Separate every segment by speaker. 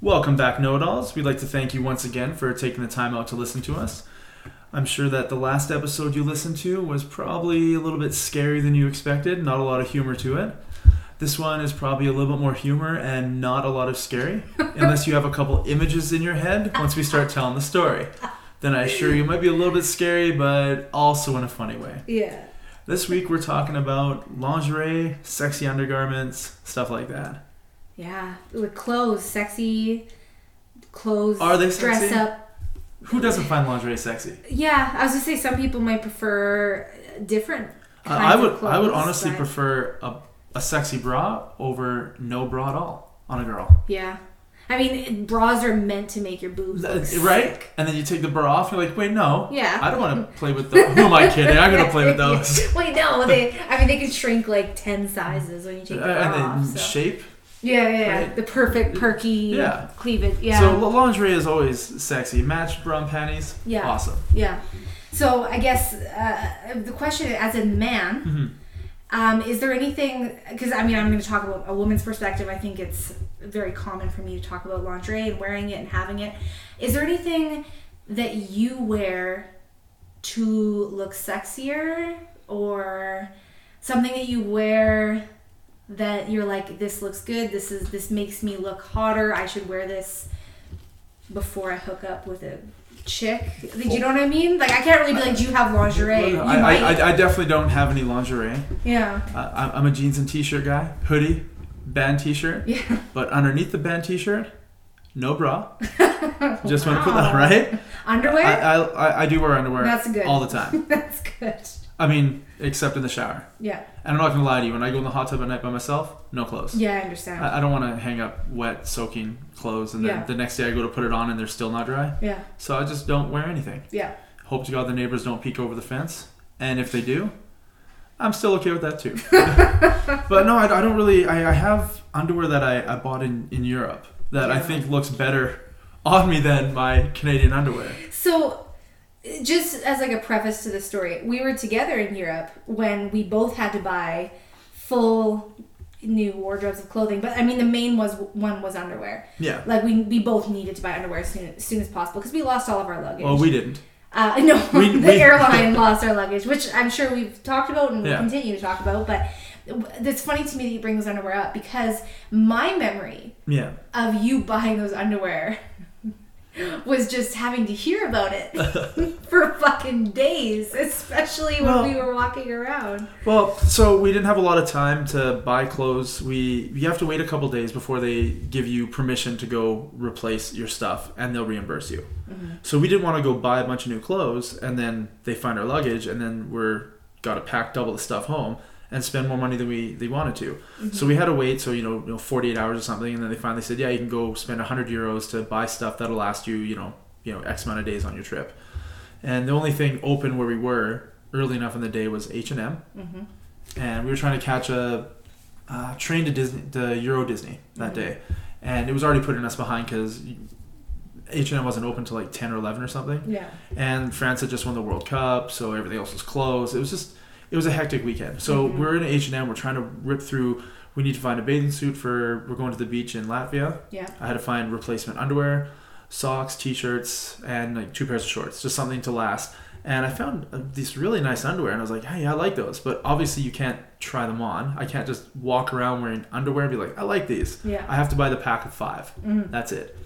Speaker 1: Welcome back, know it alls. We'd like to thank you once again for taking the time out to listen to us. I'm sure that the last episode you listened to was probably a little bit scarier than you expected, not a lot of humor to it. This one is probably a little bit more humor and not a lot of scary, unless you have a couple images in your head once we start telling the story. Then I assure you it might be a little bit scary, but also in a funny way.
Speaker 2: Yeah.
Speaker 1: This week we're talking about lingerie, sexy undergarments, stuff like that.
Speaker 2: Yeah. With clothes, sexy clothes.
Speaker 1: Are they
Speaker 2: dress
Speaker 1: sexy?
Speaker 2: up?
Speaker 1: Who doesn't find lingerie sexy?
Speaker 2: Yeah, I was gonna say some people might prefer different.
Speaker 1: Uh, I-
Speaker 2: kinds
Speaker 1: I would
Speaker 2: Of clothes,
Speaker 1: I would honestly
Speaker 2: but-
Speaker 1: prefer a, a sexy bra over no bra at all on a girl.
Speaker 2: Yeah. I mean, bras are meant to make your boobs look
Speaker 1: That- right?
Speaker 2: sick.
Speaker 1: And then you take the bra off, you're like, wait, no.
Speaker 2: Yeah.
Speaker 1: I don't want to play with those. Who am I kidding? I'm going to play with those.
Speaker 2: Wait, no. They. I mean, they can shrink like ten sizes when you take the
Speaker 1: Uh, and
Speaker 2: bra off.
Speaker 1: then
Speaker 2: So.
Speaker 1: shape.
Speaker 2: yeah, yeah, yeah.
Speaker 1: Right.
Speaker 2: The perfect perky
Speaker 1: Yeah.
Speaker 2: cleavage. Yeah.
Speaker 1: So l- lingerie is always sexy. Matched bra and panties.
Speaker 2: Yeah.
Speaker 1: Awesome.
Speaker 2: Yeah. So I guess uh, the question, as a man, um, is there anything? Because I mean, I'm going to talk about a woman's perspective. I think it's very common for me to talk about lingerie and wearing it and having it. Is there anything that you wear to look sexier, or something that you wear? that you're like this looks good this is this makes me look hotter i should wear this before i hook up with a chick Like, you know what i mean like i can't really be like do you have lingerie you
Speaker 1: I, I, I- I definitely don't have any lingerie.
Speaker 2: yeah
Speaker 1: I, I'm- I'm a jeans and t-shirt guy. Hoodie, band t-shirt.
Speaker 2: yeah
Speaker 1: But underneath the band t-shirt, no bra. Just want to put that
Speaker 2: Wow.
Speaker 1: right.
Speaker 2: underwear
Speaker 1: I, I, I- I do wear underwear
Speaker 2: That's good.
Speaker 1: all the time.
Speaker 2: that's good
Speaker 1: I mean, except in the shower.
Speaker 2: yeah
Speaker 1: And I'm not gonna lie to you, when I go in the hot tub at night by myself, no clothes.
Speaker 2: yeah i understand
Speaker 1: I, I don't want to hang up wet, soaking clothes, and then
Speaker 2: Yeah.
Speaker 1: the next day I go to put it on and they're still not dry.
Speaker 2: yeah
Speaker 1: So I just don't wear anything.
Speaker 2: yeah
Speaker 1: Hope to God the neighbors don't peek over the fence, and if they do, I'm still okay with that too. but no, I, I don't really. I, I have underwear that I, I bought in in Europe that I
Speaker 2: Yeah.
Speaker 1: think looks better on me than my Canadian underwear.
Speaker 2: so just as like a preface to the story we were together in europe when we both had to buy full new wardrobes of clothing but i mean the main was one was underwear
Speaker 1: Yeah.
Speaker 2: like we, we both needed to buy underwear as soon as, soon as possible because we lost all of our luggage
Speaker 1: Well, we didn't.
Speaker 2: Uh, no,
Speaker 1: We-
Speaker 2: the
Speaker 1: we-
Speaker 2: airline lost our luggage, which I'm sure we've talked about and
Speaker 1: Yeah.
Speaker 2: we'll continue to talk about. But w- it's funny to me that you bring those underwear up because my memory
Speaker 1: Yeah.
Speaker 2: of you buying those underwear was just having to hear about it for fucking days, especially when
Speaker 1: Well-
Speaker 2: we were walking around.
Speaker 1: Well, so we didn't have a lot of time to buy clothes. We you have to wait a couple days before they give you permission to go replace your stuff, and they'll reimburse you. So we didn't want to go buy a bunch of new clothes, and then they find our luggage, and then we're got to pack double the stuff home and spend more money than we they wanted to.
Speaker 2: Mm-hmm.
Speaker 1: So we had to wait. So you know, you know, 48 hours or something, and then they finally said, yeah, you can go spend 100 euros to buy stuff that'll last you, you know, you know, X amount of days on your trip. And the only thing open where we were early enough in the day was H and M
Speaker 2: Mm-hmm.
Speaker 1: and we were trying to catch a uh, train to Disney, to Euro Disney that
Speaker 2: Mhm.
Speaker 1: day, and it was already putting us behind because H and M wasn't open till like ten or eleven or something,
Speaker 2: Yeah.
Speaker 1: and France had just won the World Cup, so everything else was closed. It was just it was a hectic weekend. So
Speaker 2: Mhm.
Speaker 1: we're in H and M, we're trying to rip through. We need to find a bathing suit for we're going to the beach in Latvia.
Speaker 2: Yeah.
Speaker 1: I had to find replacement underwear, socks, t-shirts, and like two pairs of shorts, just something to last. And I found uh, these really nice underwear, and I was like, "Hey, I like those." But obviously, you can't try them on. I can't just walk around wearing underwear and be like, "I like these."
Speaker 2: Yeah.
Speaker 1: I have to buy the pack of five.
Speaker 2: Mhm.
Speaker 1: That's it.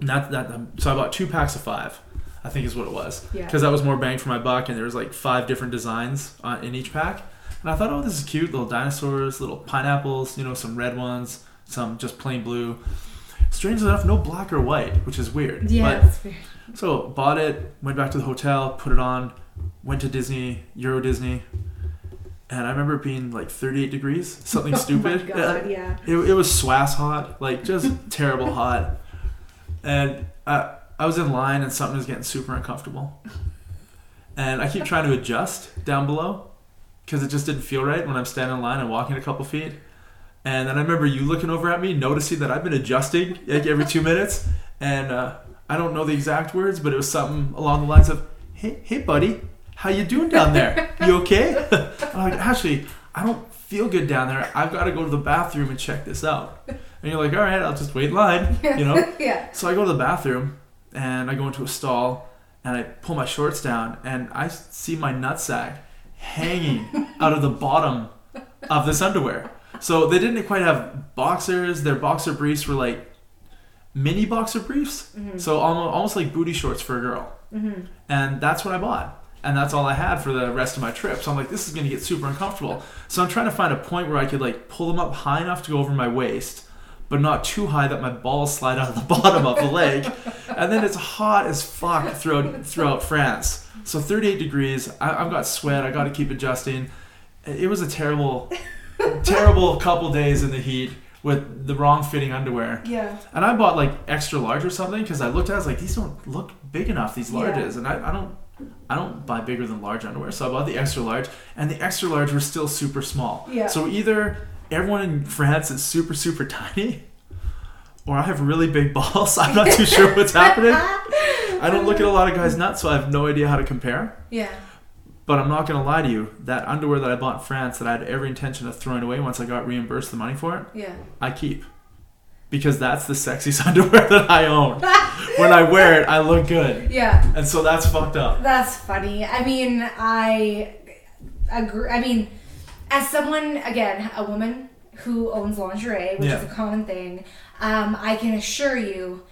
Speaker 1: Not that. um, So I bought two packs of five. I think is what it was.
Speaker 2: Yeah.
Speaker 1: Because that was more bang for my buck, and there was like five different designs on, in each pack. And I thought, oh, this is cute. Little dinosaurs, little pineapples, you know, some red ones, some just plain blue. Strangely enough, no black or white, which is weird.
Speaker 2: Yeah.
Speaker 1: But-
Speaker 2: that's weird.
Speaker 1: so bought it, went back to the hotel, put it on, went to Disney, Euro Disney, and I remember it being like 38 degrees, something stupid.
Speaker 2: Oh my God, yeah.
Speaker 1: It, it was swass hot, like just terrible hot. And I, I was in line and something was getting super uncomfortable. And I keep trying to adjust down below because it just didn't feel right when I'm standing in line and walking a couple feet. And then I remember you looking over at me, noticing that I've been adjusting like every two minutes. And uh, I don't know the exact words, but it was something along the lines of, "Hey, hey, buddy, how you doing down there? You okay?" I'm like, "Actually, I don't feel good down there. I've got to go to the bathroom and check this out." And you're like, all right, I'll just wait in line, you know?
Speaker 2: yeah.
Speaker 1: So I go to the bathroom and I go into a stall and I pull my shorts down and I see my nutsack hanging out of the bottom of this underwear. So they didn't quite have boxers. Their boxer briefs were like mini boxer briefs. So almost, almost like booty shorts for a girl.
Speaker 2: Mm-hmm.
Speaker 1: And that's what I bought. And that's all I had for the rest of my trip. So I'm like, this is going to get super uncomfortable. So I'm trying to find a point where I could like pull them up high enough to go over my waist, but not too high that my balls slide out of the bottom of the leg. And then it's hot as fuck throughout, throughout France. So 38 degrees. I, I've got sweat. I got to keep adjusting. It was a terrible, terrible couple days in the heat with the wrong fitting underwear.
Speaker 2: Yeah.
Speaker 1: And I bought like extra large or something because I looked at it, I was like, these don't look big enough, these
Speaker 2: Yeah.
Speaker 1: larges. And I, I don't I don't buy bigger than large underwear. So I bought the extra large and the extra large were still super small.
Speaker 2: Yeah.
Speaker 1: So either everyone in France is super, super tiny, or I have really big balls. I'm not too sure what's happening. I don't look at a lot of guys' nuts, so I have no idea how to compare.
Speaker 2: Yeah.
Speaker 1: But I'm not gonna lie to you, that underwear that I bought in France that I had every intention of throwing away once I got reimbursed the money for it,
Speaker 2: Yeah.
Speaker 1: I keep. Because that's the sexiest underwear that I own. when I wear it, I look good.
Speaker 2: Yeah.
Speaker 1: And so that's fucked up.
Speaker 2: That's funny. I mean, I agree. I mean, as someone, again, a woman who owns lingerie, which is
Speaker 1: Yeah.
Speaker 2: a common thing, um, I can assure you,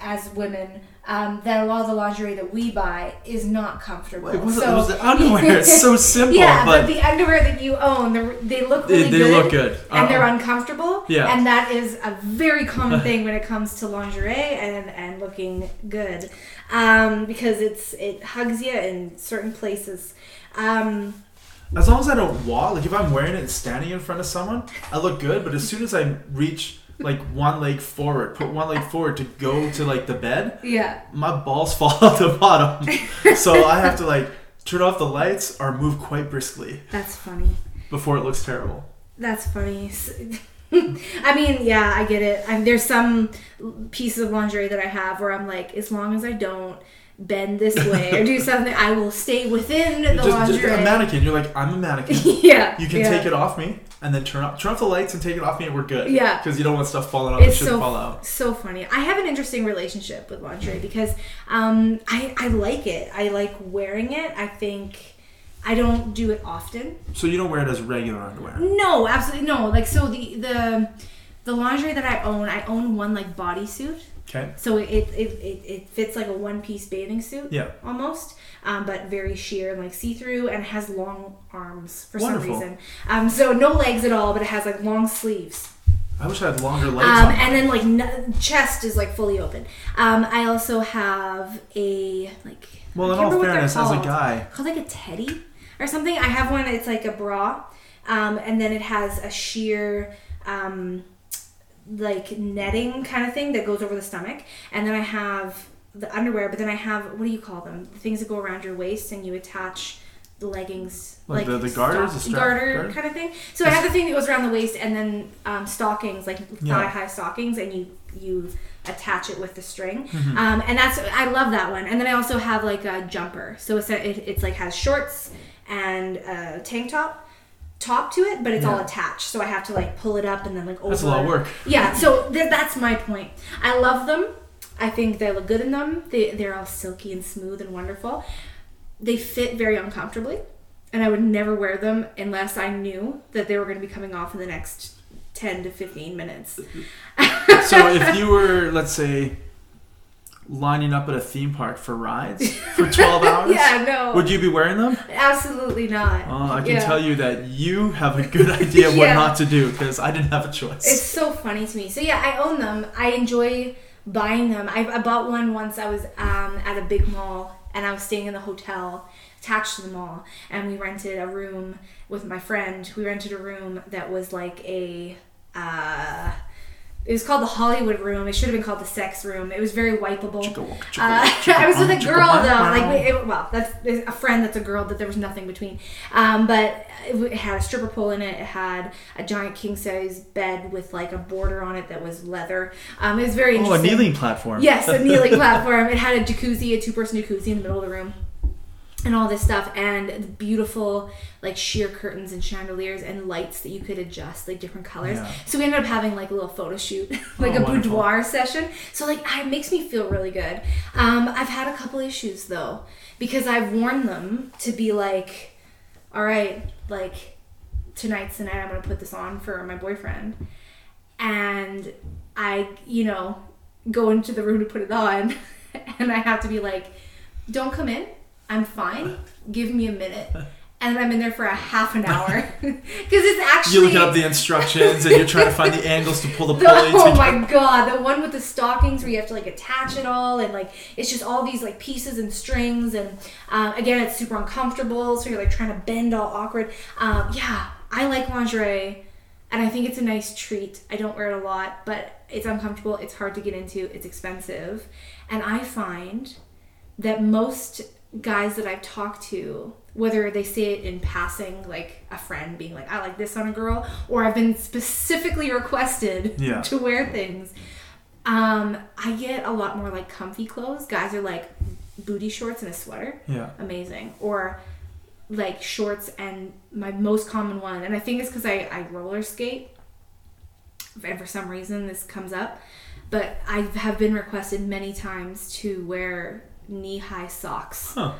Speaker 2: as women, um, that a lot of the lingerie that we buy is not comfortable.
Speaker 1: It wasn't,
Speaker 2: So-
Speaker 1: it was the underwear. It's so simple,
Speaker 2: yeah,
Speaker 1: but,
Speaker 2: but, the underwear that you own, they're- they look really
Speaker 1: they, they
Speaker 2: good.
Speaker 1: look good.
Speaker 2: And they're
Speaker 1: Uh-uh.
Speaker 2: uncomfortable.
Speaker 1: Yeah.
Speaker 2: And that is a very common thing when it comes to lingerie and, and looking good. Um, because it's it hugs you in certain places. Um,
Speaker 1: As long as I don't walk, like if I'm wearing it and standing in front of someone, I look good. But as soon as I reach like one leg forward, put one leg forward to go to like the bed,
Speaker 2: yeah.
Speaker 1: my balls fall out the bottom. so I have to like turn off the lights or move quite briskly
Speaker 2: That's funny.
Speaker 1: before it looks terrible.
Speaker 2: That's funny. S- I mean, yeah, I get it. I mean, there's some pieces of lingerie that I have where I'm like, as long as I don't bend this way or do something, I will stay within the
Speaker 1: just, just
Speaker 2: lingerie.
Speaker 1: a mannequin. You're like, I'm a mannequin.
Speaker 2: yeah.
Speaker 1: You can
Speaker 2: yeah.
Speaker 1: take it off me and then turn off turn off the lights and take it off me and we're good.
Speaker 2: Yeah.
Speaker 1: Because you don't want stuff falling out that
Speaker 2: It's
Speaker 1: shouldn't
Speaker 2: so
Speaker 1: fall out.
Speaker 2: so funny. I have an interesting relationship with lingerie because um, I I like it. I like wearing it. I think I don't do it often.
Speaker 1: So you don't wear it as regular underwear.
Speaker 2: No, absolutely no. Like so the the the lingerie that I own, I own one like bodysuit.
Speaker 1: Okay.
Speaker 2: So it it, it it fits like a one piece bathing suit.
Speaker 1: Yeah.
Speaker 2: Almost, um, but very sheer and like see through, and has long arms for
Speaker 1: Wonderful.
Speaker 2: some reason. Um, so no legs at all, but it has like long sleeves.
Speaker 1: I wish I had longer legs
Speaker 2: Um,
Speaker 1: on.
Speaker 2: and then like n- chest is like fully open. Um, I also have a like.
Speaker 1: well
Speaker 2: I
Speaker 1: in
Speaker 2: can't
Speaker 1: all
Speaker 2: remember what they're
Speaker 1: fairness, as a
Speaker 2: called.
Speaker 1: guy,
Speaker 2: called like a teddy or something. I have one. It's like a bra, um, and then it has a sheer. Um, like netting kind of thing that goes over the stomach, and then I have the underwear. But then I have what do you call them? The things that go around your waist and you attach the leggings,
Speaker 1: Like the- the garters, the strap-
Speaker 2: garter,
Speaker 1: garter?
Speaker 2: kind of thing. So I have the thing that goes around the waist, and then um, stockings, like
Speaker 1: Yeah.
Speaker 2: thigh high stockings, and you you attach it with the string.
Speaker 1: Mm-hmm.
Speaker 2: Um, and that's I love that one. And then I also have like a jumper, so it's a, it, it's like has shorts and a tank top top to it, but it's all
Speaker 1: Yeah.
Speaker 2: attached. So I have to like pull it up and then like over.
Speaker 1: that's a lot of work.
Speaker 2: Yeah, so th- that's my point. I love them. I think they look good in them. They they're all silky and smooth and wonderful. They fit very uncomfortably, and I would never wear them unless I knew that they were going to be coming off in the next ten to fifteen minutes.
Speaker 1: So if you were, let's say, lining up at a theme park for rides for twelve hours,
Speaker 2: Yeah, no,
Speaker 1: would you be wearing them?
Speaker 2: absolutely not.
Speaker 1: Oh, I can
Speaker 2: Yeah.
Speaker 1: tell you that you have a good idea what
Speaker 2: Yeah.
Speaker 1: not to do because I didn't have a choice.
Speaker 2: It's so funny to me. So yeah, I own them. I enjoy buying them. I, I bought one once. I was um, at a big mall and I was staying in the hotel attached to the mall, and we rented a room with my friend. We rented a room that was like a. Uh, it was called the Hollywood room. It should have been called the sex room. It was very wipeable.
Speaker 1: Chicka walk, chicka
Speaker 2: Uh,
Speaker 1: walk, Oh, chicka
Speaker 2: I was with
Speaker 1: bang,
Speaker 2: a
Speaker 1: chicka
Speaker 2: girl
Speaker 1: bang,
Speaker 2: though,
Speaker 1: bang.
Speaker 2: like we- it, well, that's there's a friend that's a girl, but there was nothing between. Um, but it w- it had a stripper pole in it. It had a giant king size bed with like a border on it that was leather. Um, it was very
Speaker 1: oh, a
Speaker 2: interesting.
Speaker 1: kneeling platform.
Speaker 2: Yes, a kneeling platform. It had a jacuzzi, a two person jacuzzi in the middle of the room. and all this stuff and the beautiful like sheer curtains and chandeliers and lights that you could adjust like different colors
Speaker 1: Yeah.
Speaker 2: so we ended up having like a little photo shoot like
Speaker 1: Oh,
Speaker 2: a
Speaker 1: wonderful.
Speaker 2: boudoir session so like I- it makes me feel really good um, i've had a couple issues though because i've worn them to be like all right like tonight's the night i'm gonna put this on for my boyfriend and i you know go into the room to put it on and i have to be like don't come in. I'm fine. Give me a minute. And I'm in there for a half an hour. Because it's actually.
Speaker 1: You look up the instructions and you're trying to find the angles to pull the pulley.
Speaker 2: Oh
Speaker 1: to
Speaker 2: my god, the one with the stockings where you have to like attach it all and like it's just all these like pieces and strings and um, again it's super uncomfortable so you're like trying to bend all awkward. Um, yeah, I like lingerie and I think it's a nice treat. I don't wear it a lot, but it's uncomfortable, it's hard to get into, it's expensive. And I find that most guys that I've talked to, whether they say it in passing, like a friend being like, I like this on a girl, or I've been specifically requested
Speaker 1: Yeah.
Speaker 2: to wear things, um, I get a lot more like comfy clothes. Guys are like booty shorts and a sweater.
Speaker 1: Yeah.
Speaker 2: Amazing. Or like shorts and my most common one, and I think it's because I, I roller skate, and for some reason this comes up, but I have been requested many times to wear knee high socks.
Speaker 1: Huh.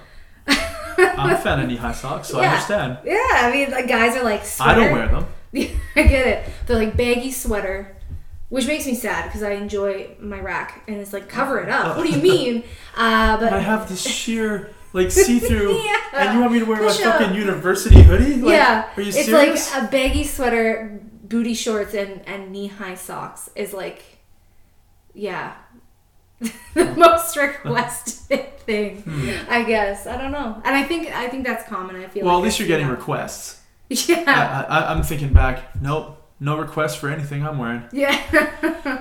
Speaker 1: I'm a fan of knee high socks, so I
Speaker 2: Yeah.
Speaker 1: understand.
Speaker 2: Yeah, I mean, like guys are like,
Speaker 1: I
Speaker 2: sweater.
Speaker 1: don't wear them.
Speaker 2: Yeah, I get it. They're like baggy sweater, which makes me sad because I enjoy my rack, and it's like cover it up. What
Speaker 1: Oh.
Speaker 2: do you mean? Uh, but
Speaker 1: I have this sheer, like, see through.
Speaker 2: Yeah.
Speaker 1: And you want me to wear my
Speaker 2: Push up.
Speaker 1: fucking university hoodie? Like,
Speaker 2: yeah,
Speaker 1: Are you
Speaker 2: it's
Speaker 1: serious?
Speaker 2: like a baggy sweater, booty shorts, and and knee high socks is like, yeah, the most requested thing,
Speaker 1: Hmm.
Speaker 2: I guess. I don't know, and I think I think that's common. I feel
Speaker 1: well,
Speaker 2: like
Speaker 1: at least
Speaker 2: I
Speaker 1: you're
Speaker 2: see
Speaker 1: getting
Speaker 2: that.
Speaker 1: requests. I,
Speaker 2: yeah,
Speaker 1: I, I'm thinking back. Nope. No requests for anything I'm wearing.
Speaker 2: yeah.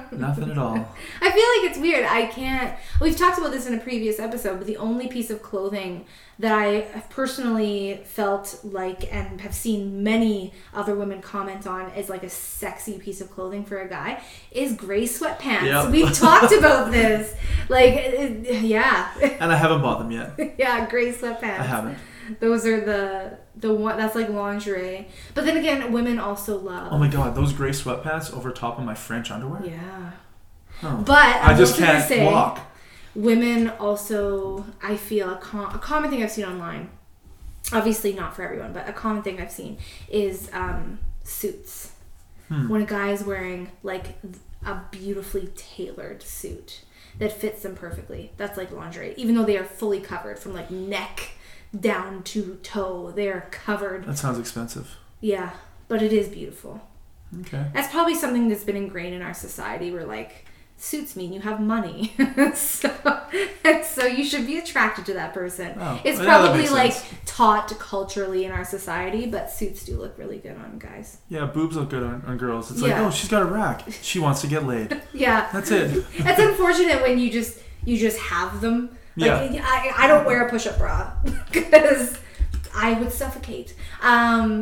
Speaker 1: Nothing at all.
Speaker 2: I feel like it's weird. I can't. We've talked about this in a previous episode, but the only piece of clothing that I have personally felt like and have seen many other women comment on as like a sexy piece of clothing for a guy is gray sweatpants.
Speaker 1: Yep.
Speaker 2: We've talked about this. Like, it- it- yeah,
Speaker 1: And I haven't bought them yet.
Speaker 2: yeah, gray sweatpants
Speaker 1: I haven't.
Speaker 2: those are the the one that's like lingerie but then again women also love
Speaker 1: Oh my god, those gray sweatpants over top of my French underwear?
Speaker 2: yeah
Speaker 1: Oh.
Speaker 2: but i,
Speaker 1: I just
Speaker 2: will
Speaker 1: can't
Speaker 2: say,
Speaker 1: walk.
Speaker 2: women also i feel a, com- a common thing i've seen online obviously not for everyone but a common thing i've seen is um, suits when a guy is wearing like a beautifully tailored suit that fits them perfectly that's like lingerie even though they are fully covered from like neck down to toe they're covered
Speaker 1: That sounds expensive.
Speaker 2: yeah but it is beautiful
Speaker 1: Okay.
Speaker 2: that's probably something that's been ingrained in our society where like suits mean you have money so and so you should be attracted to that person
Speaker 1: Oh,
Speaker 2: it's
Speaker 1: yeah, that
Speaker 2: probably
Speaker 1: makes
Speaker 2: like
Speaker 1: sense.
Speaker 2: taught culturally in our society but suits do look really good on guys
Speaker 1: Yeah, boobs look good on, on girls. It's like,
Speaker 2: Yeah.
Speaker 1: oh, she's got a rack. She wants to get laid.
Speaker 2: yeah
Speaker 1: That's it.
Speaker 2: it's unfortunate when you just you just have them like I, I don't wear a push-up bra because i would suffocate um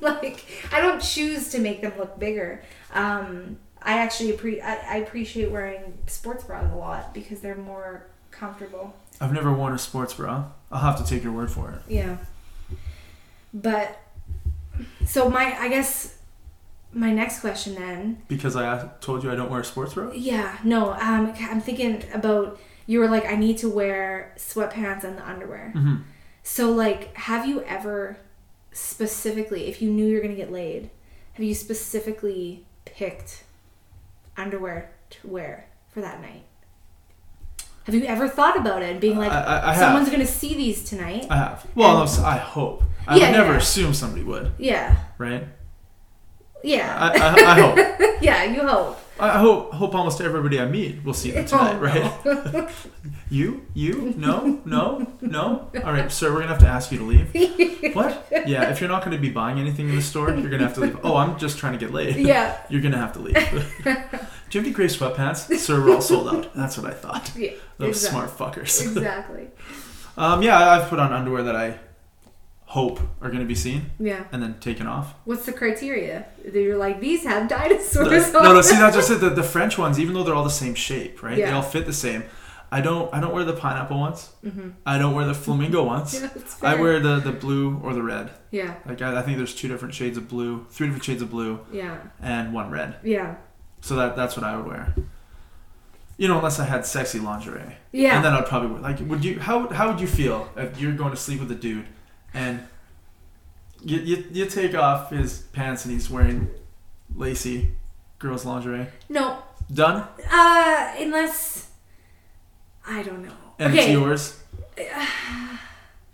Speaker 2: like i don't choose to make them look bigger um i actually appre- I, I appreciate wearing sports bras a lot because they're more comfortable
Speaker 1: I've never worn a sports bra. I'll have to take your word for it.
Speaker 2: yeah but so my i guess my next question then
Speaker 1: Because I asked- told you I don't wear a sports bra?
Speaker 2: Yeah, no. Um, I'm thinking about you were like, I need to wear sweatpants and the underwear.
Speaker 1: Mhm.
Speaker 2: So like, have you ever specifically, if you knew you're gonna get laid, have you specifically picked underwear to wear for that night? Have you ever thought about it and being like,
Speaker 1: Uh, I, I, I
Speaker 2: someone's
Speaker 1: have.
Speaker 2: gonna see these tonight?
Speaker 1: I have. Well, I'm s- I hope. I
Speaker 2: Yeah,
Speaker 1: would never
Speaker 2: yeah.
Speaker 1: assume somebody would,
Speaker 2: yeah,
Speaker 1: right?
Speaker 2: yeah,
Speaker 1: I, I, I hope.
Speaker 2: yeah. You hope.
Speaker 1: I I hope hope almost everybody I meet will see them tonight,
Speaker 2: Oh,
Speaker 1: right? you? You? No? No? No? All right, sir, we're going to have to ask you to leave. what? Yeah, if you're not going to be buying anything in the store, you're going to have to leave. Oh, I'm just trying to get laid.
Speaker 2: yeah,
Speaker 1: You're gonna have to leave. Do you have any gray sweatpants? Sir, we're all sold out. That's what I thought.
Speaker 2: yeah.
Speaker 1: Those
Speaker 2: exactly.
Speaker 1: smart fuckers.
Speaker 2: Exactly.
Speaker 1: Um, yeah, I- I've put on underwear that I hope are gonna be seen
Speaker 2: Yeah.
Speaker 1: and then taken off.
Speaker 2: What's the criteria? You're like these have dinosaurs
Speaker 1: The-
Speaker 2: on.
Speaker 1: no, no, see, that's just it. The, the French ones, even though they're all the same shape, right? They
Speaker 2: Yeah.
Speaker 1: all fit the same. I don't I don't wear the pineapple ones. I don't wear the flamingo ones.
Speaker 2: Yeah, it's
Speaker 1: I
Speaker 2: fair.
Speaker 1: wear the the blue or the red.
Speaker 2: Yeah,
Speaker 1: Like I, I think there's two different shades of blue, three different shades of blue,
Speaker 2: yeah,
Speaker 1: and one red.
Speaker 2: yeah,
Speaker 1: So that that's what I would wear. You know, unless I had sexy lingerie,
Speaker 2: yeah.
Speaker 1: and then I'd probably wear like. Would you how how would you feel if you're going to sleep with a dude, and you you, you take off his pants and he's wearing lacy girls lingerie?
Speaker 2: no,
Speaker 1: Done,
Speaker 2: uh, unless I don't know.
Speaker 1: and it's
Speaker 2: Okay.
Speaker 1: yours.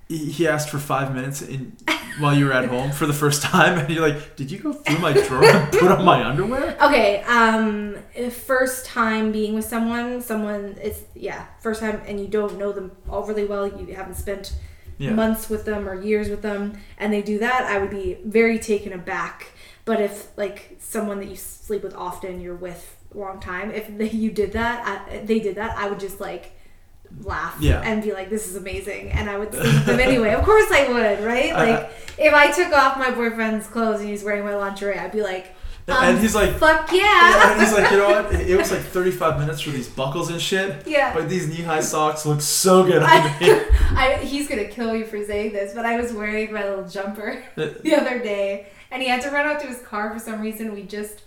Speaker 1: He he asked for five minutes in while you were at home for the first time, and you're like, "Did you go through my drawer and put on my underwear?"
Speaker 2: Okay, um, first time being with someone, someone it's yeah, first time, and you don't know them all really well. You haven't spent
Speaker 1: Yeah.
Speaker 2: months with them or years with them, and they do that. I would be very taken aback. But if like someone that you sleep with often, you're with a long time, if they, you did that, I, they did that, I would just like laugh
Speaker 1: Yeah.
Speaker 2: and be like, "This is amazing," and I would sleep with them anyway. Of course, I would, right?
Speaker 1: Uh-huh.
Speaker 2: Like if I took off my boyfriend's clothes and he's wearing my lingerie, I'd be like.
Speaker 1: And
Speaker 2: um,
Speaker 1: he's like,
Speaker 2: Fuck
Speaker 1: Yeah,
Speaker 2: yeah.
Speaker 1: and he's like, you know what? It it was like 35 minutes for these buckles and shit.
Speaker 2: Yeah.
Speaker 1: But these knee high socks look so good on me.
Speaker 2: I, I, he's gonna kill you for saying this, but I was wearing my little jumper the other day, and he had to run out to his car for some reason. We just,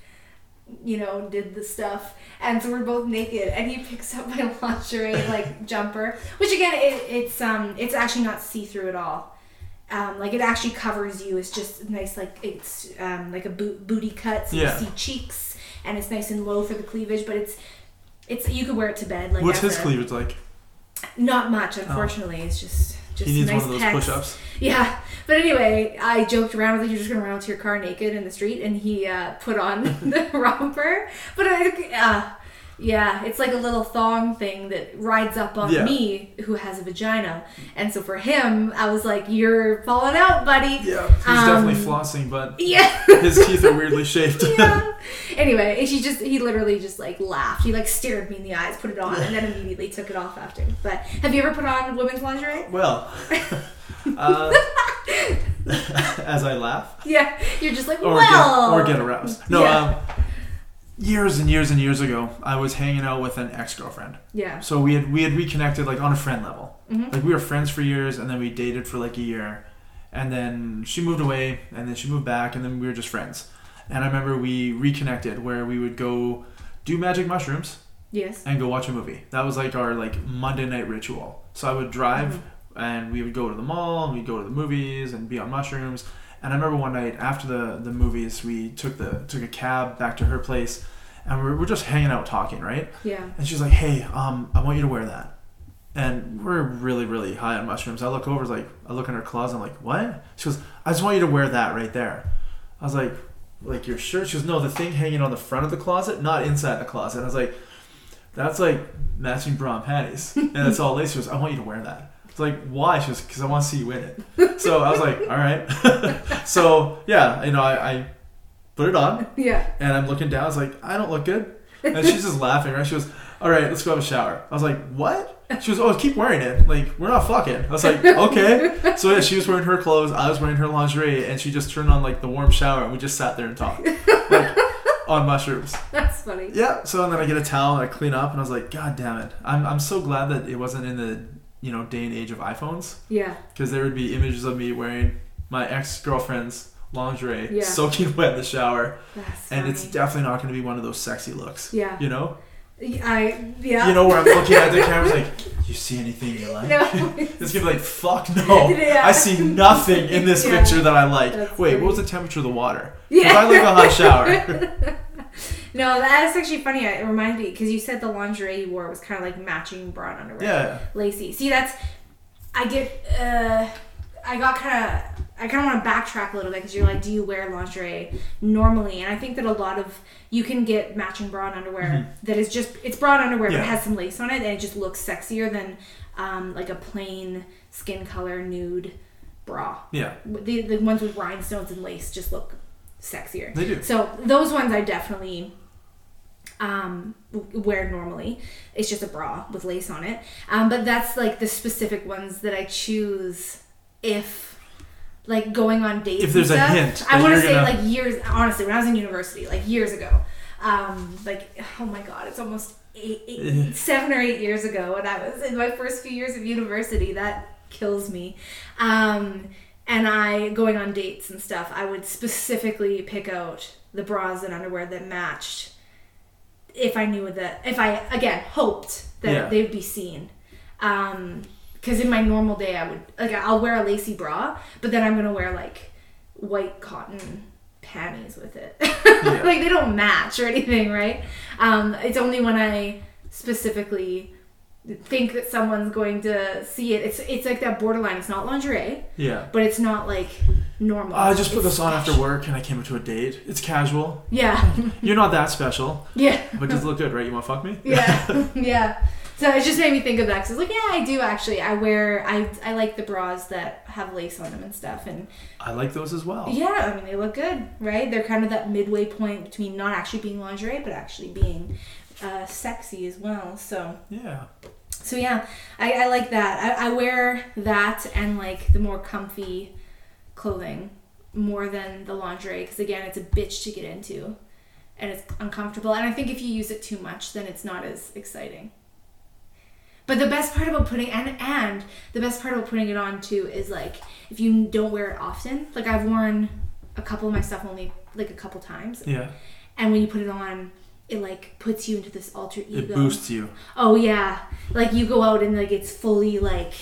Speaker 2: you know, did the stuff, and so we're both naked, and he picks up my lingerie like jumper, which again, it, it's um, it's actually not see through at all. Um, like it actually covers you. It's just nice, like it's um, like a boot, booty cut, so
Speaker 1: Yeah.
Speaker 2: you see cheeks, and it's nice and low for the cleavage. But it's, it's you could wear it to bed. Like
Speaker 1: What's his
Speaker 2: after-
Speaker 1: cleavage like?
Speaker 2: Not much, unfortunately. It's just just
Speaker 1: Oh. He needs
Speaker 2: nice
Speaker 1: one of those
Speaker 2: pecs.
Speaker 1: push ups.
Speaker 2: Yeah, but anyway, I joked around with like you're just gonna run out to your car naked in the street, and he uh, put on the romper. But I, uh, yeah, it's like a little thong thing that rides up on
Speaker 1: Yeah.
Speaker 2: me, who has a vagina, and so for him, I was like, "You're falling out, buddy."
Speaker 1: Yeah. He's definitely
Speaker 2: Um,
Speaker 1: flossing, but
Speaker 2: Yeah.
Speaker 1: his teeth are weirdly shaped.
Speaker 2: yeah. Anyway, and she just he literally just like laughed. He like stared me in the eyes, put it on, and then immediately took it off after. But have you ever put on women's lingerie?
Speaker 1: well, uh, as I laugh,
Speaker 2: Yeah, you're just like,
Speaker 1: or,
Speaker 2: well,
Speaker 1: get, or get aroused. No,
Speaker 2: Yeah.
Speaker 1: um, years and years and years ago, I was hanging out with an ex girlfriend.
Speaker 2: yeah,
Speaker 1: So we had we had reconnected like on a friend level.
Speaker 2: Mm-hmm.
Speaker 1: Like we were friends for years, and then we dated for like a year, and then she moved away, and then she moved back, and then we were just friends. And I remember we reconnected where we would go do magic mushrooms
Speaker 2: yes,
Speaker 1: and go watch a movie. That was like our like Monday night ritual. So I would drive and we would go to the mall and we'd go to the movies and be on mushrooms. And I remember one night after the, the movies we took the took a cab back to her place and we we're, we're just hanging out talking, right?
Speaker 2: yeah,
Speaker 1: And she's like, "Hey, um, I want you to wear that." And we're really, really high on mushrooms. I look over, like, I look in her closet. I'm like, "What?" She goes, "I just want you to wear that right there." I was like, "Like your shirt?" She goes, "No, the thing hanging on the front of the closet, not inside the closet." I was like, "That's like matching bra and panties, and it's all lace." She goes, "I want you to wear that." It's like, "Why?" She goes, "Because I want to see you in it." So I was like, "All right." so yeah, you know, I, I put it on.
Speaker 2: yeah.
Speaker 1: And I'm looking down. I was like, I don't look good. And she's just laughing, right? She goes, All right, let's go have a shower. I was like, What? She was, Oh, keep wearing it. Like, we're not fucking. I was like, Okay. So, yeah, she was wearing her clothes. I was wearing her lingerie. And she just turned on, like, the warm shower. And we just sat there and talked, like, on mushrooms.
Speaker 2: That's funny.
Speaker 1: Yeah. So, and then I get a towel and I clean up. And I was like, God damn it. I'm, I'm so glad that it wasn't in the, you know, day and age of iPhones.
Speaker 2: Yeah.
Speaker 1: Because there would be images of me wearing my ex girlfriend's lingerie,
Speaker 2: Yeah.
Speaker 1: soaking wet in the shower
Speaker 2: That's
Speaker 1: and it's
Speaker 2: funny.
Speaker 1: definitely not going to be one of those sexy looks.
Speaker 2: Yeah.
Speaker 1: You know,
Speaker 2: I yeah.
Speaker 1: you know where I'm looking at the camera's like, you see anything you like?
Speaker 2: No.
Speaker 1: It's gonna be like, fuck no,
Speaker 2: Yeah.
Speaker 1: I see nothing in this
Speaker 2: Yeah.
Speaker 1: picture that I like.
Speaker 2: That's
Speaker 1: Wait,
Speaker 2: funny.
Speaker 1: what was the temperature of the water?
Speaker 2: Yeah.
Speaker 1: If I like a hot shower,
Speaker 2: no, that's actually funny. It reminded me because you said the lingerie you wore was kind of like matching bra and underwear.
Speaker 1: yeah,
Speaker 2: Lacy. See, that's I get. uh I got kind of. I kind of want to backtrack a little bit because you're like, do you wear lingerie normally? And I think that a lot of you can get matching bra and underwear that is just it's bra and underwear,
Speaker 1: Yeah.
Speaker 2: but it has some lace on it, and it just looks sexier than um, like a plain skin color nude bra.
Speaker 1: yeah,
Speaker 2: the, the ones with rhinestones and lace just look sexier.
Speaker 1: They do.
Speaker 2: So those ones I definitely um, w- wear normally. It's just a bra with lace on it. Um, but that's like the specific ones that I choose if like going on dates.
Speaker 1: If there's
Speaker 2: and
Speaker 1: a
Speaker 2: stuff.
Speaker 1: hint
Speaker 2: I
Speaker 1: that
Speaker 2: want to
Speaker 1: you're
Speaker 2: say
Speaker 1: gonna-
Speaker 2: like years. Honestly, when I was in university, like years ago. um, like oh my god, it's almost eight,
Speaker 1: Yeah.
Speaker 2: eight, seven or eight years ago, and I was in my first few years of university. That kills me. Um, and I going on dates and stuff, I would specifically pick out the bras and underwear that matched. If I knew that, if I again hoped that
Speaker 1: Yeah.
Speaker 2: they'd be seen. Um, because in my normal day, I would like I'll wear a lacy bra, but then I'm gonna wear like white cotton panties with it. like they don't match or anything, right? Um, it's only when I specifically think that someone's going to see it. It's it's like that borderline. It's not lingerie,
Speaker 1: Yeah.
Speaker 2: but it's not like normal.
Speaker 1: Oh, I just put
Speaker 2: It's
Speaker 1: this on after
Speaker 2: fashion.
Speaker 1: work and I came to a date. It's casual.
Speaker 2: Yeah,
Speaker 1: You're not that special,
Speaker 2: yeah,
Speaker 1: but does it look good, right? You want to fuck me?
Speaker 2: yeah, yeah. So it just made me think of that. Cause I was like, yeah, I do actually. I wear I I like the bras that have lace on them and stuff, and
Speaker 1: I like those as well.
Speaker 2: Yeah, I mean they look good, right? They're kind of that midway point between not actually being lingerie but actually being uh, sexy as well. So,
Speaker 1: Yeah.
Speaker 2: so yeah, I, I like that. I, I wear that and like the more comfy clothing more than the lingerie because again, it's a bitch to get into, and it's uncomfortable. And I think if you use it too much, then it's not as exciting. But the best part about putting and and the best part about putting it on too is like if you don't wear it often. Like I've worn a couple of my stuff only like a couple times,
Speaker 1: Yeah.
Speaker 2: and when you put it on, it like puts you into this alter ego.
Speaker 1: It boosts you.
Speaker 2: Oh yeah, like you go out and like it's fully like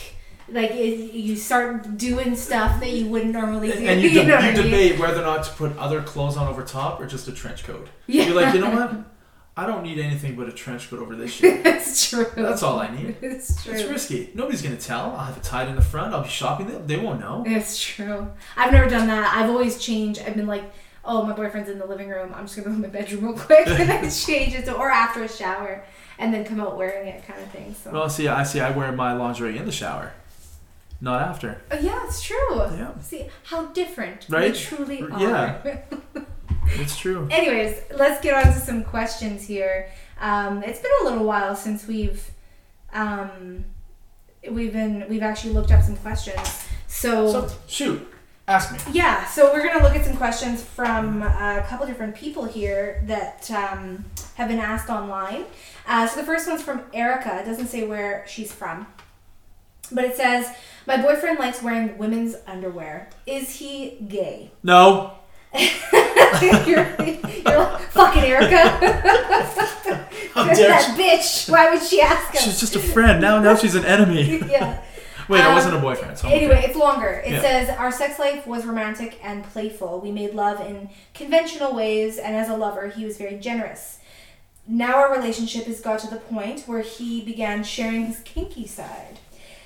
Speaker 2: like it, you start doing stuff that you wouldn't normally do.
Speaker 1: And you, de-
Speaker 2: know what I
Speaker 1: you
Speaker 2: mean?
Speaker 1: debate whether or not to put other clothes on over top or just a trench coat.
Speaker 2: Yeah,
Speaker 1: You're like, you know what? I don't need anything but a trench coat over this shit.
Speaker 2: it's true.
Speaker 1: That's all I need.
Speaker 2: It's true.
Speaker 1: It's risky. Nobody's gonna tell. I'll have it tied in the front. I'll be shopping. They, they won't know.
Speaker 2: It's true. I've never done that. I've always changed. I've been like, oh, my boyfriend's in the living room. I'm just gonna go in my bedroom real quick and then change it, to, or after a shower, and then come out wearing it, kind of thing. So
Speaker 1: Well, see, I see. I wear my lingerie in the shower, not after.
Speaker 2: Oh, yeah, it's true.
Speaker 1: Yeah.
Speaker 2: See how different
Speaker 1: Right?
Speaker 2: we truly
Speaker 1: R-
Speaker 2: are.
Speaker 1: yeah. It's true.
Speaker 2: Anyways, let's get on to some questions here. Um, it's been a little while since we've um, we've been we've actually looked up some questions. So,
Speaker 1: So shoot, ask me.
Speaker 2: yeah, so we're gonna look at some questions from uh, a couple different people here that um, have been asked online. Uh, so the first one's from Erica. It doesn't say where she's from, but it says, "My boyfriend likes wearing women's underwear. Is he gay?"
Speaker 1: No.
Speaker 2: you're, you're like, fucking Erica.
Speaker 1: How dare
Speaker 2: that bitch. Why would she ask
Speaker 1: she?
Speaker 2: him?
Speaker 1: She's just a friend. Now, now she's an enemy.
Speaker 2: yeah.
Speaker 1: Wait, I
Speaker 2: Um,
Speaker 1: wasn't a boyfriend. So I'm okay.
Speaker 2: Anyway, it's longer. It
Speaker 1: Yeah.
Speaker 2: says our sex life was romantic and playful. We made love in conventional ways, and as a lover, he was very generous. Now our relationship has got to the point where he began sharing his kinky side.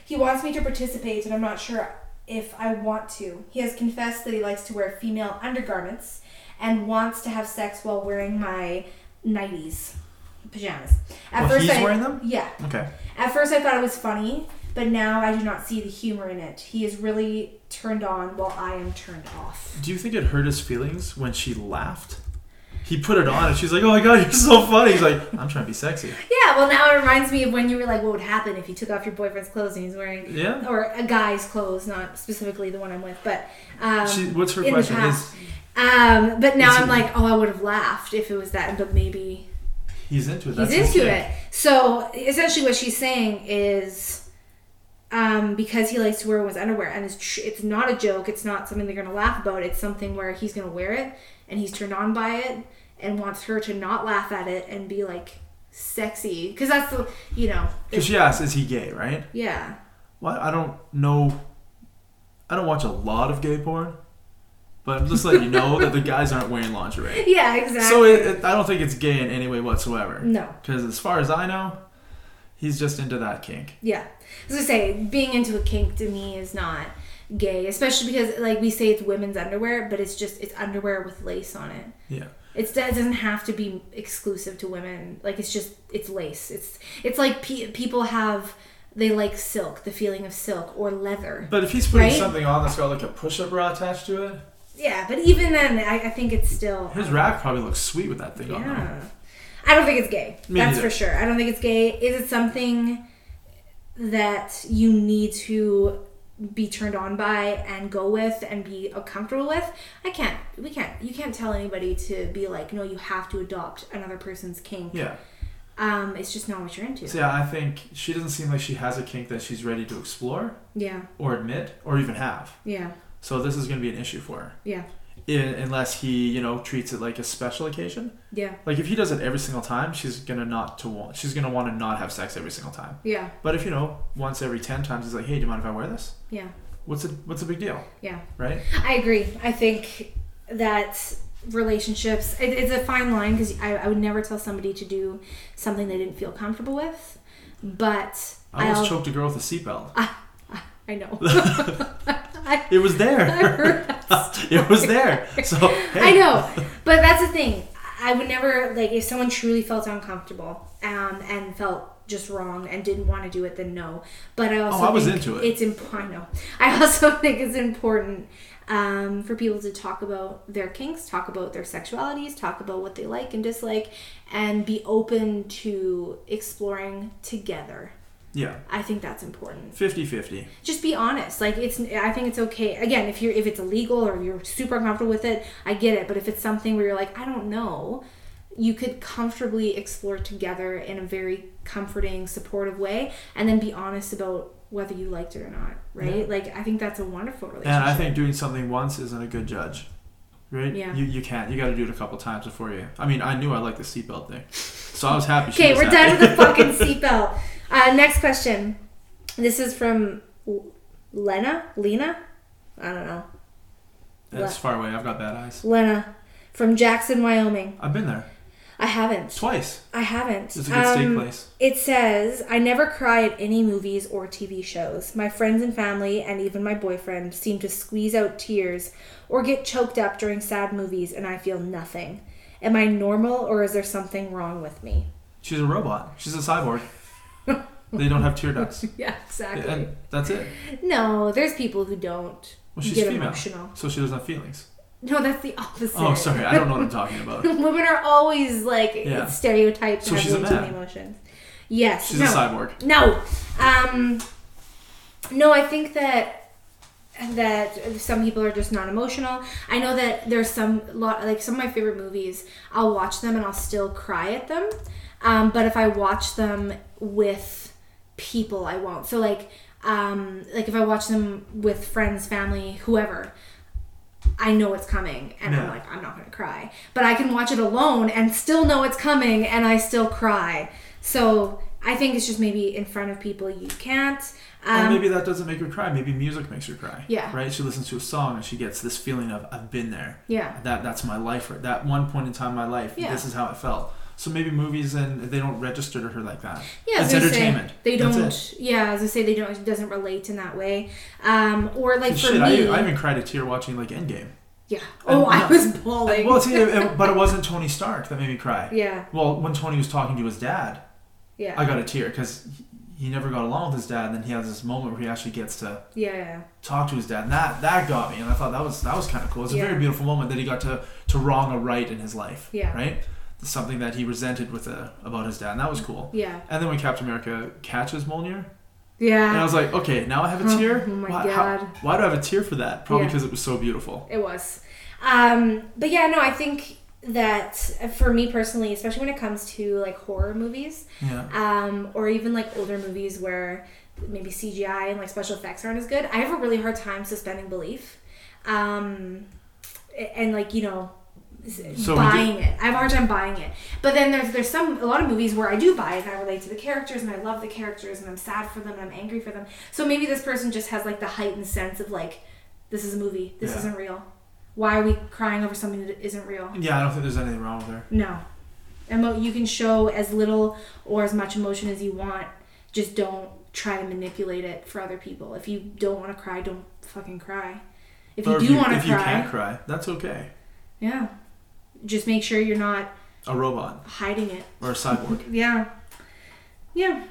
Speaker 2: He wants me to participate, and I'm not sure if I want to. He has confessed that he likes to wear female undergarments and wants to have sex while wearing my nighties, pajamas. At
Speaker 1: Well, he's
Speaker 2: I,
Speaker 1: wearing them?
Speaker 2: Yeah.
Speaker 1: Okay.
Speaker 2: At first, I thought it was funny, but now I do not see the humor in it. He is really turned on while I am turned off.
Speaker 1: Do you think it hurt his feelings when she laughed? He put it on, and she's like, "Oh my god, you're so funny." He's like, "I'm trying to be sexy."
Speaker 2: Yeah, well, now it reminds me of when you were like, what would happen if you took off your boyfriend's clothes and he's wearing,
Speaker 1: Yeah.
Speaker 2: or a guy's clothes, not specifically the one I'm with, but. Um,
Speaker 1: She, what's her
Speaker 2: in the
Speaker 1: question? Is
Speaker 2: past. Um, but now
Speaker 1: Is
Speaker 2: I'm
Speaker 1: he-
Speaker 2: like, oh, I would have laughed if it was that, but maybe
Speaker 1: he's into it?
Speaker 2: he's
Speaker 1: That's his
Speaker 2: into
Speaker 1: thing.
Speaker 2: it. So essentially, what she's saying is. Um, because he likes to wear women's underwear, and it's tr- it's not a joke. It's not something they're gonna laugh about. It's something where he's gonna wear it, and he's turned on by it, and wants her to not laugh at it and be like sexy, because that's the you know
Speaker 1: Because she asked, "Is he gay?" Right?
Speaker 2: yeah.
Speaker 1: Well, I don't know. I don't watch a lot of gay porn, but I'm just letting you know that the guys aren't wearing lingerie.
Speaker 2: Yeah, exactly.
Speaker 1: So it, it, I don't think it's gay in any way whatsoever.
Speaker 2: no,
Speaker 1: Because as far as I know, he's just into that kink.
Speaker 2: Yeah. As I say, being into a kink to me is not gay, especially because like we say it's women's underwear, but it's just it's underwear with lace on it.
Speaker 1: Yeah.
Speaker 2: It's, it doesn't have to be exclusive to women. Like it's just it's lace. It's it's like pe- people have they like silk, the feeling of silk or leather.
Speaker 1: But if he's putting
Speaker 2: Right?
Speaker 1: something on that's got like a push-up bra attached to it,
Speaker 2: Yeah, but even then, I, I think it's still
Speaker 1: his rack probably looks sweet with that thing on. though.
Speaker 2: Yeah. I don't think it's gay.
Speaker 1: Me
Speaker 2: That's
Speaker 1: neither.
Speaker 2: for sure. I don't think it's gay. Is it something that you need to be turned on by and go with and be uh, comfortable with i can't we can't you can't tell anybody to be like no you have to adopt another person's kink
Speaker 1: Yeah.
Speaker 2: um it's just not what you're into
Speaker 1: So yeah, I think she doesn't seem like she has a kink that she's ready to explore
Speaker 2: yeah
Speaker 1: or admit or even have.
Speaker 2: yeah
Speaker 1: So this is going to be an issue for her.
Speaker 2: yeah
Speaker 1: I unless he, you know, treats it like a special occasion.
Speaker 2: yeah
Speaker 1: Like if he does it every single time, she's gonna not to want. She's gonna want to not have sex every single time.
Speaker 2: yeah
Speaker 1: But if you know, once every ten times, he's like, "Hey, do you mind if I wear this?
Speaker 2: yeah
Speaker 1: What's a what's a big deal,
Speaker 2: yeah
Speaker 1: right?"
Speaker 2: I agree. I think that relationships, it, it's a fine line because I, I would never tell somebody to do something they didn't feel comfortable with. But
Speaker 1: I
Speaker 2: I,
Speaker 1: almost
Speaker 2: al-
Speaker 1: choked a girl with a seatbelt.
Speaker 2: I know.
Speaker 1: It was there. it was there. So
Speaker 2: I
Speaker 1: hey,
Speaker 2: know, but that's the thing. I would never like if someone truly felt uncomfortable um, and felt just wrong and didn't want to do it. Then no. But I also
Speaker 1: Oh, I was
Speaker 2: think
Speaker 1: into it.
Speaker 2: It's important. I know. I also think it's important um, for people to talk about their kinks, talk about their sexualities, talk about what they like and dislike, and be open to exploring together.
Speaker 1: yeah,
Speaker 2: I think that's important
Speaker 1: 50-50.
Speaker 2: just be honest like it's i think it's okay again if you're if it's illegal or you're super uncomfortable with it i get it but if it's something where you're like i don't know you could comfortably explore together in a very comforting supportive way and then be honest about whether you liked it or not right like i think that's a wonderful relationship
Speaker 1: And I think doing something once isn't a good judge, right?
Speaker 2: Yeah.
Speaker 1: You you can't. You got to do it a couple times before you. I mean, I knew I liked the seatbelt thing, so I was happy. she
Speaker 2: Okay,
Speaker 1: was
Speaker 2: we're
Speaker 1: happy.
Speaker 2: done with the fucking seatbelt. Uh, next question. This is from L- Lena. Lena, I don't know.
Speaker 1: That's far away. I've got bad eyes.
Speaker 2: Lena from Jackson, Wyoming.
Speaker 1: I've been there
Speaker 2: I haven't.
Speaker 1: twice.
Speaker 2: I haven't.
Speaker 1: It's a good steak
Speaker 2: Um,
Speaker 1: place.
Speaker 2: It says, I never cry at any movies or TV shows. My friends and family, and even my boyfriend, seem to squeeze out tears or get choked up during sad movies, and I feel nothing. Am I normal or is there something wrong with me?
Speaker 1: She's a robot. She's a cyborg. they don't have tear ducts.
Speaker 2: Yeah, exactly.
Speaker 1: And that's it.
Speaker 2: no, there's people who don't
Speaker 1: Well, she's
Speaker 2: get
Speaker 1: female.
Speaker 2: emotional.
Speaker 1: So she doesn't have feelings.
Speaker 2: No, that's the opposite.
Speaker 1: Oh, sorry. I don't know what I'm talking about.
Speaker 2: Women are always like
Speaker 1: Yeah.
Speaker 2: stereotyped
Speaker 1: So
Speaker 2: to have
Speaker 1: she's a
Speaker 2: way too
Speaker 1: man.
Speaker 2: many emotions. Yes.
Speaker 1: She's
Speaker 2: no.
Speaker 1: a cyborg.
Speaker 2: No. Um, no, I think that that some people are just not emotional. I know that there's some lot like some of my favorite movies. I'll watch them and I'll still cry at them. Um, but if I watch them with people, I won't. So like um, like if I watch them with friends, family, whoever, I know it's coming and I'm
Speaker 1: Yeah.
Speaker 2: like I'm not going to cry. But I can watch it alone and still know it's coming and I still cry. So I think it's just maybe in front of people you can't.
Speaker 1: and
Speaker 2: Um,
Speaker 1: maybe that doesn't make her cry. Maybe music makes her cry.
Speaker 2: Yeah.
Speaker 1: Right? She listens to a song and she gets this feeling of I've been there.
Speaker 2: yeah.
Speaker 1: That that's my life. Right? That one point in time in my life.
Speaker 2: Yeah.
Speaker 1: This is how it felt. So maybe movies and they don't register to her like that.
Speaker 2: Yeah,
Speaker 1: It's
Speaker 2: as I was
Speaker 1: entertainment.
Speaker 2: Saying, they
Speaker 1: That's
Speaker 2: don't. Yeah, as I say, they don't. It doesn't relate in that way. Um, or like for
Speaker 1: Shit,
Speaker 2: me,
Speaker 1: I, I even cried a tear watching like Endgame.
Speaker 2: yeah. Oh, I
Speaker 1: no.
Speaker 2: was bawling.
Speaker 1: Well, see, it- it- but it wasn't Tony Stark that made me cry.
Speaker 2: yeah,
Speaker 1: Well, when Tony was talking to his dad,
Speaker 2: yeah,
Speaker 1: I got a tear because he never got along with his dad. And then he has this moment where he actually gets to
Speaker 2: yeah, yeah.
Speaker 1: talk to his dad, and that that got me. And I thought that was that was kind of cool. It's a
Speaker 2: Yeah.
Speaker 1: very beautiful moment that he got to to wrong a right in his life.
Speaker 2: Yeah.
Speaker 1: Right. Something that he resented with uh about his dad, and that
Speaker 2: Mm.
Speaker 1: was cool.
Speaker 2: Yeah,
Speaker 1: And then when Captain America catches Mjolnir, and I
Speaker 2: yeah.
Speaker 1: was like, okay, now I have a
Speaker 2: Ah. Oh,
Speaker 1: tear.
Speaker 2: oh my
Speaker 1: why, how-
Speaker 2: God.
Speaker 1: why do I have a tear for that? Probably
Speaker 2: Yeah.
Speaker 1: because it was so beautiful.
Speaker 2: It was. Um, but yeah, no, I think that for me personally, especially when it comes to like horror movies,
Speaker 1: Yeah.
Speaker 2: um, or even like older movies where maybe CGI and like special effects aren't as good. I have a really hard time suspending belief, um, a- and like you know, s-
Speaker 1: So when
Speaker 2: buying it. I have a hard time buying it. But then there's there's some a lot of movies where I do buy it and I relate to the characters and I love the characters and I'm sad for them and I'm angry for them. So maybe this person just has like the heightened sense of like, this is a movie. This
Speaker 1: Yeah.
Speaker 2: isn't real. Why are we crying over something that isn't real?
Speaker 1: Yeah, I don't think there's anything wrong with her.
Speaker 2: No. Emo- you can show as little or as much emotion as you want. Just don't try to manipulate it for other people. If you don't want to cry, don't fucking cry. If you
Speaker 1: Or
Speaker 2: do want to
Speaker 1: if you can't
Speaker 2: cry,
Speaker 1: cry, that's okay.
Speaker 2: yeah. Just make sure you're not
Speaker 1: A robot
Speaker 2: hiding it.
Speaker 1: or a cyborg.
Speaker 2: Yeah. Yeah.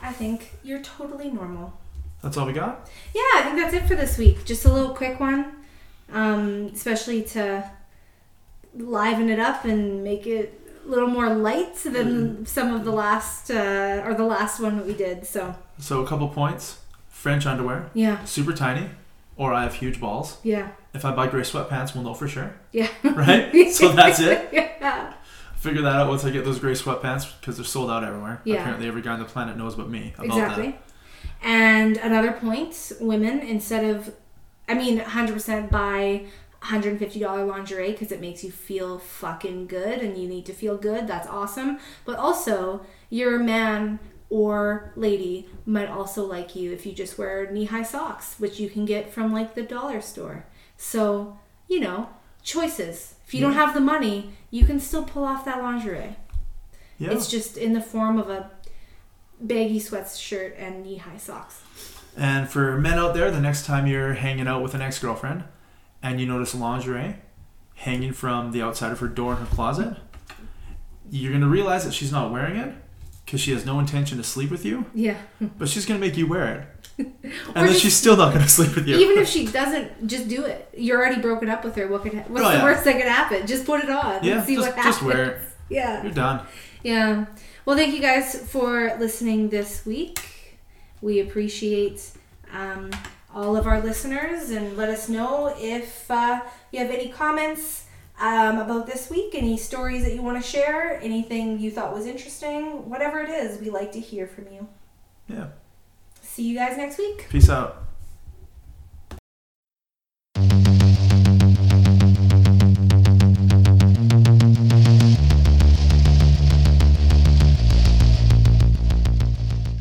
Speaker 2: I think you're totally normal.
Speaker 1: that's all we got.
Speaker 2: Yeah, I think that's it for this week. Just a little quick one, um, especially to liven it up and make it a little more light than some of the last uh, or the last one that we did. So
Speaker 1: So a couple points. French underwear,
Speaker 2: Yeah.
Speaker 1: super tiny, or I have huge balls.
Speaker 2: Yeah.
Speaker 1: If I buy gray sweatpants, we'll know for sure.
Speaker 2: Yeah.
Speaker 1: Right? So that's it.
Speaker 2: yeah.
Speaker 1: Figure that out once I get those gray sweatpants because they're sold out everywhere.
Speaker 2: Yeah.
Speaker 1: Apparently, every guy on the planet knows but me about
Speaker 2: Exactly. And another point, women instead of I mean 100% buy $150 lingerie cuz it makes you feel fucking good and you need to feel good. That's awesome. But also, your man or lady might also like you if you just wear knee-high socks, which you can get from like the dollar store. So, you know, choices. If you don't have the money, you can still pull off that lingerie.
Speaker 1: that. Yeah.
Speaker 2: It's just in the form of a baggy sweatshirt and knee high socks.
Speaker 1: And for men out there, the next time you're hanging out with an ex girlfriend and you notice lingerie hanging from the outside of her door in her closet, you're going to realize that she's not wearing it because she has no intention to sleep with you,
Speaker 2: Yeah.
Speaker 1: but she's going to make you wear it.
Speaker 2: Or
Speaker 1: and then
Speaker 2: just-
Speaker 1: she's still not going to sleep with you.
Speaker 2: Even if she doesn't, just do it. You're already broken up with her. What could ha- what's
Speaker 1: Oh,
Speaker 2: the
Speaker 1: yeah.
Speaker 2: worst that could happen? Just put it on.
Speaker 1: yeah,
Speaker 2: and see
Speaker 1: just,
Speaker 2: what happens.
Speaker 1: just wear it.
Speaker 2: Yeah.
Speaker 1: You're done.
Speaker 2: Yeah. Well, thank you guys for listening this week. We appreciate um, all of our listeners and let us know if uh, you have any comments um, about this week, any stories that you want to share, anything you thought was interesting, whatever it is, we like to hear from you.
Speaker 1: Yeah.
Speaker 2: See you guys next week.
Speaker 1: Peace out.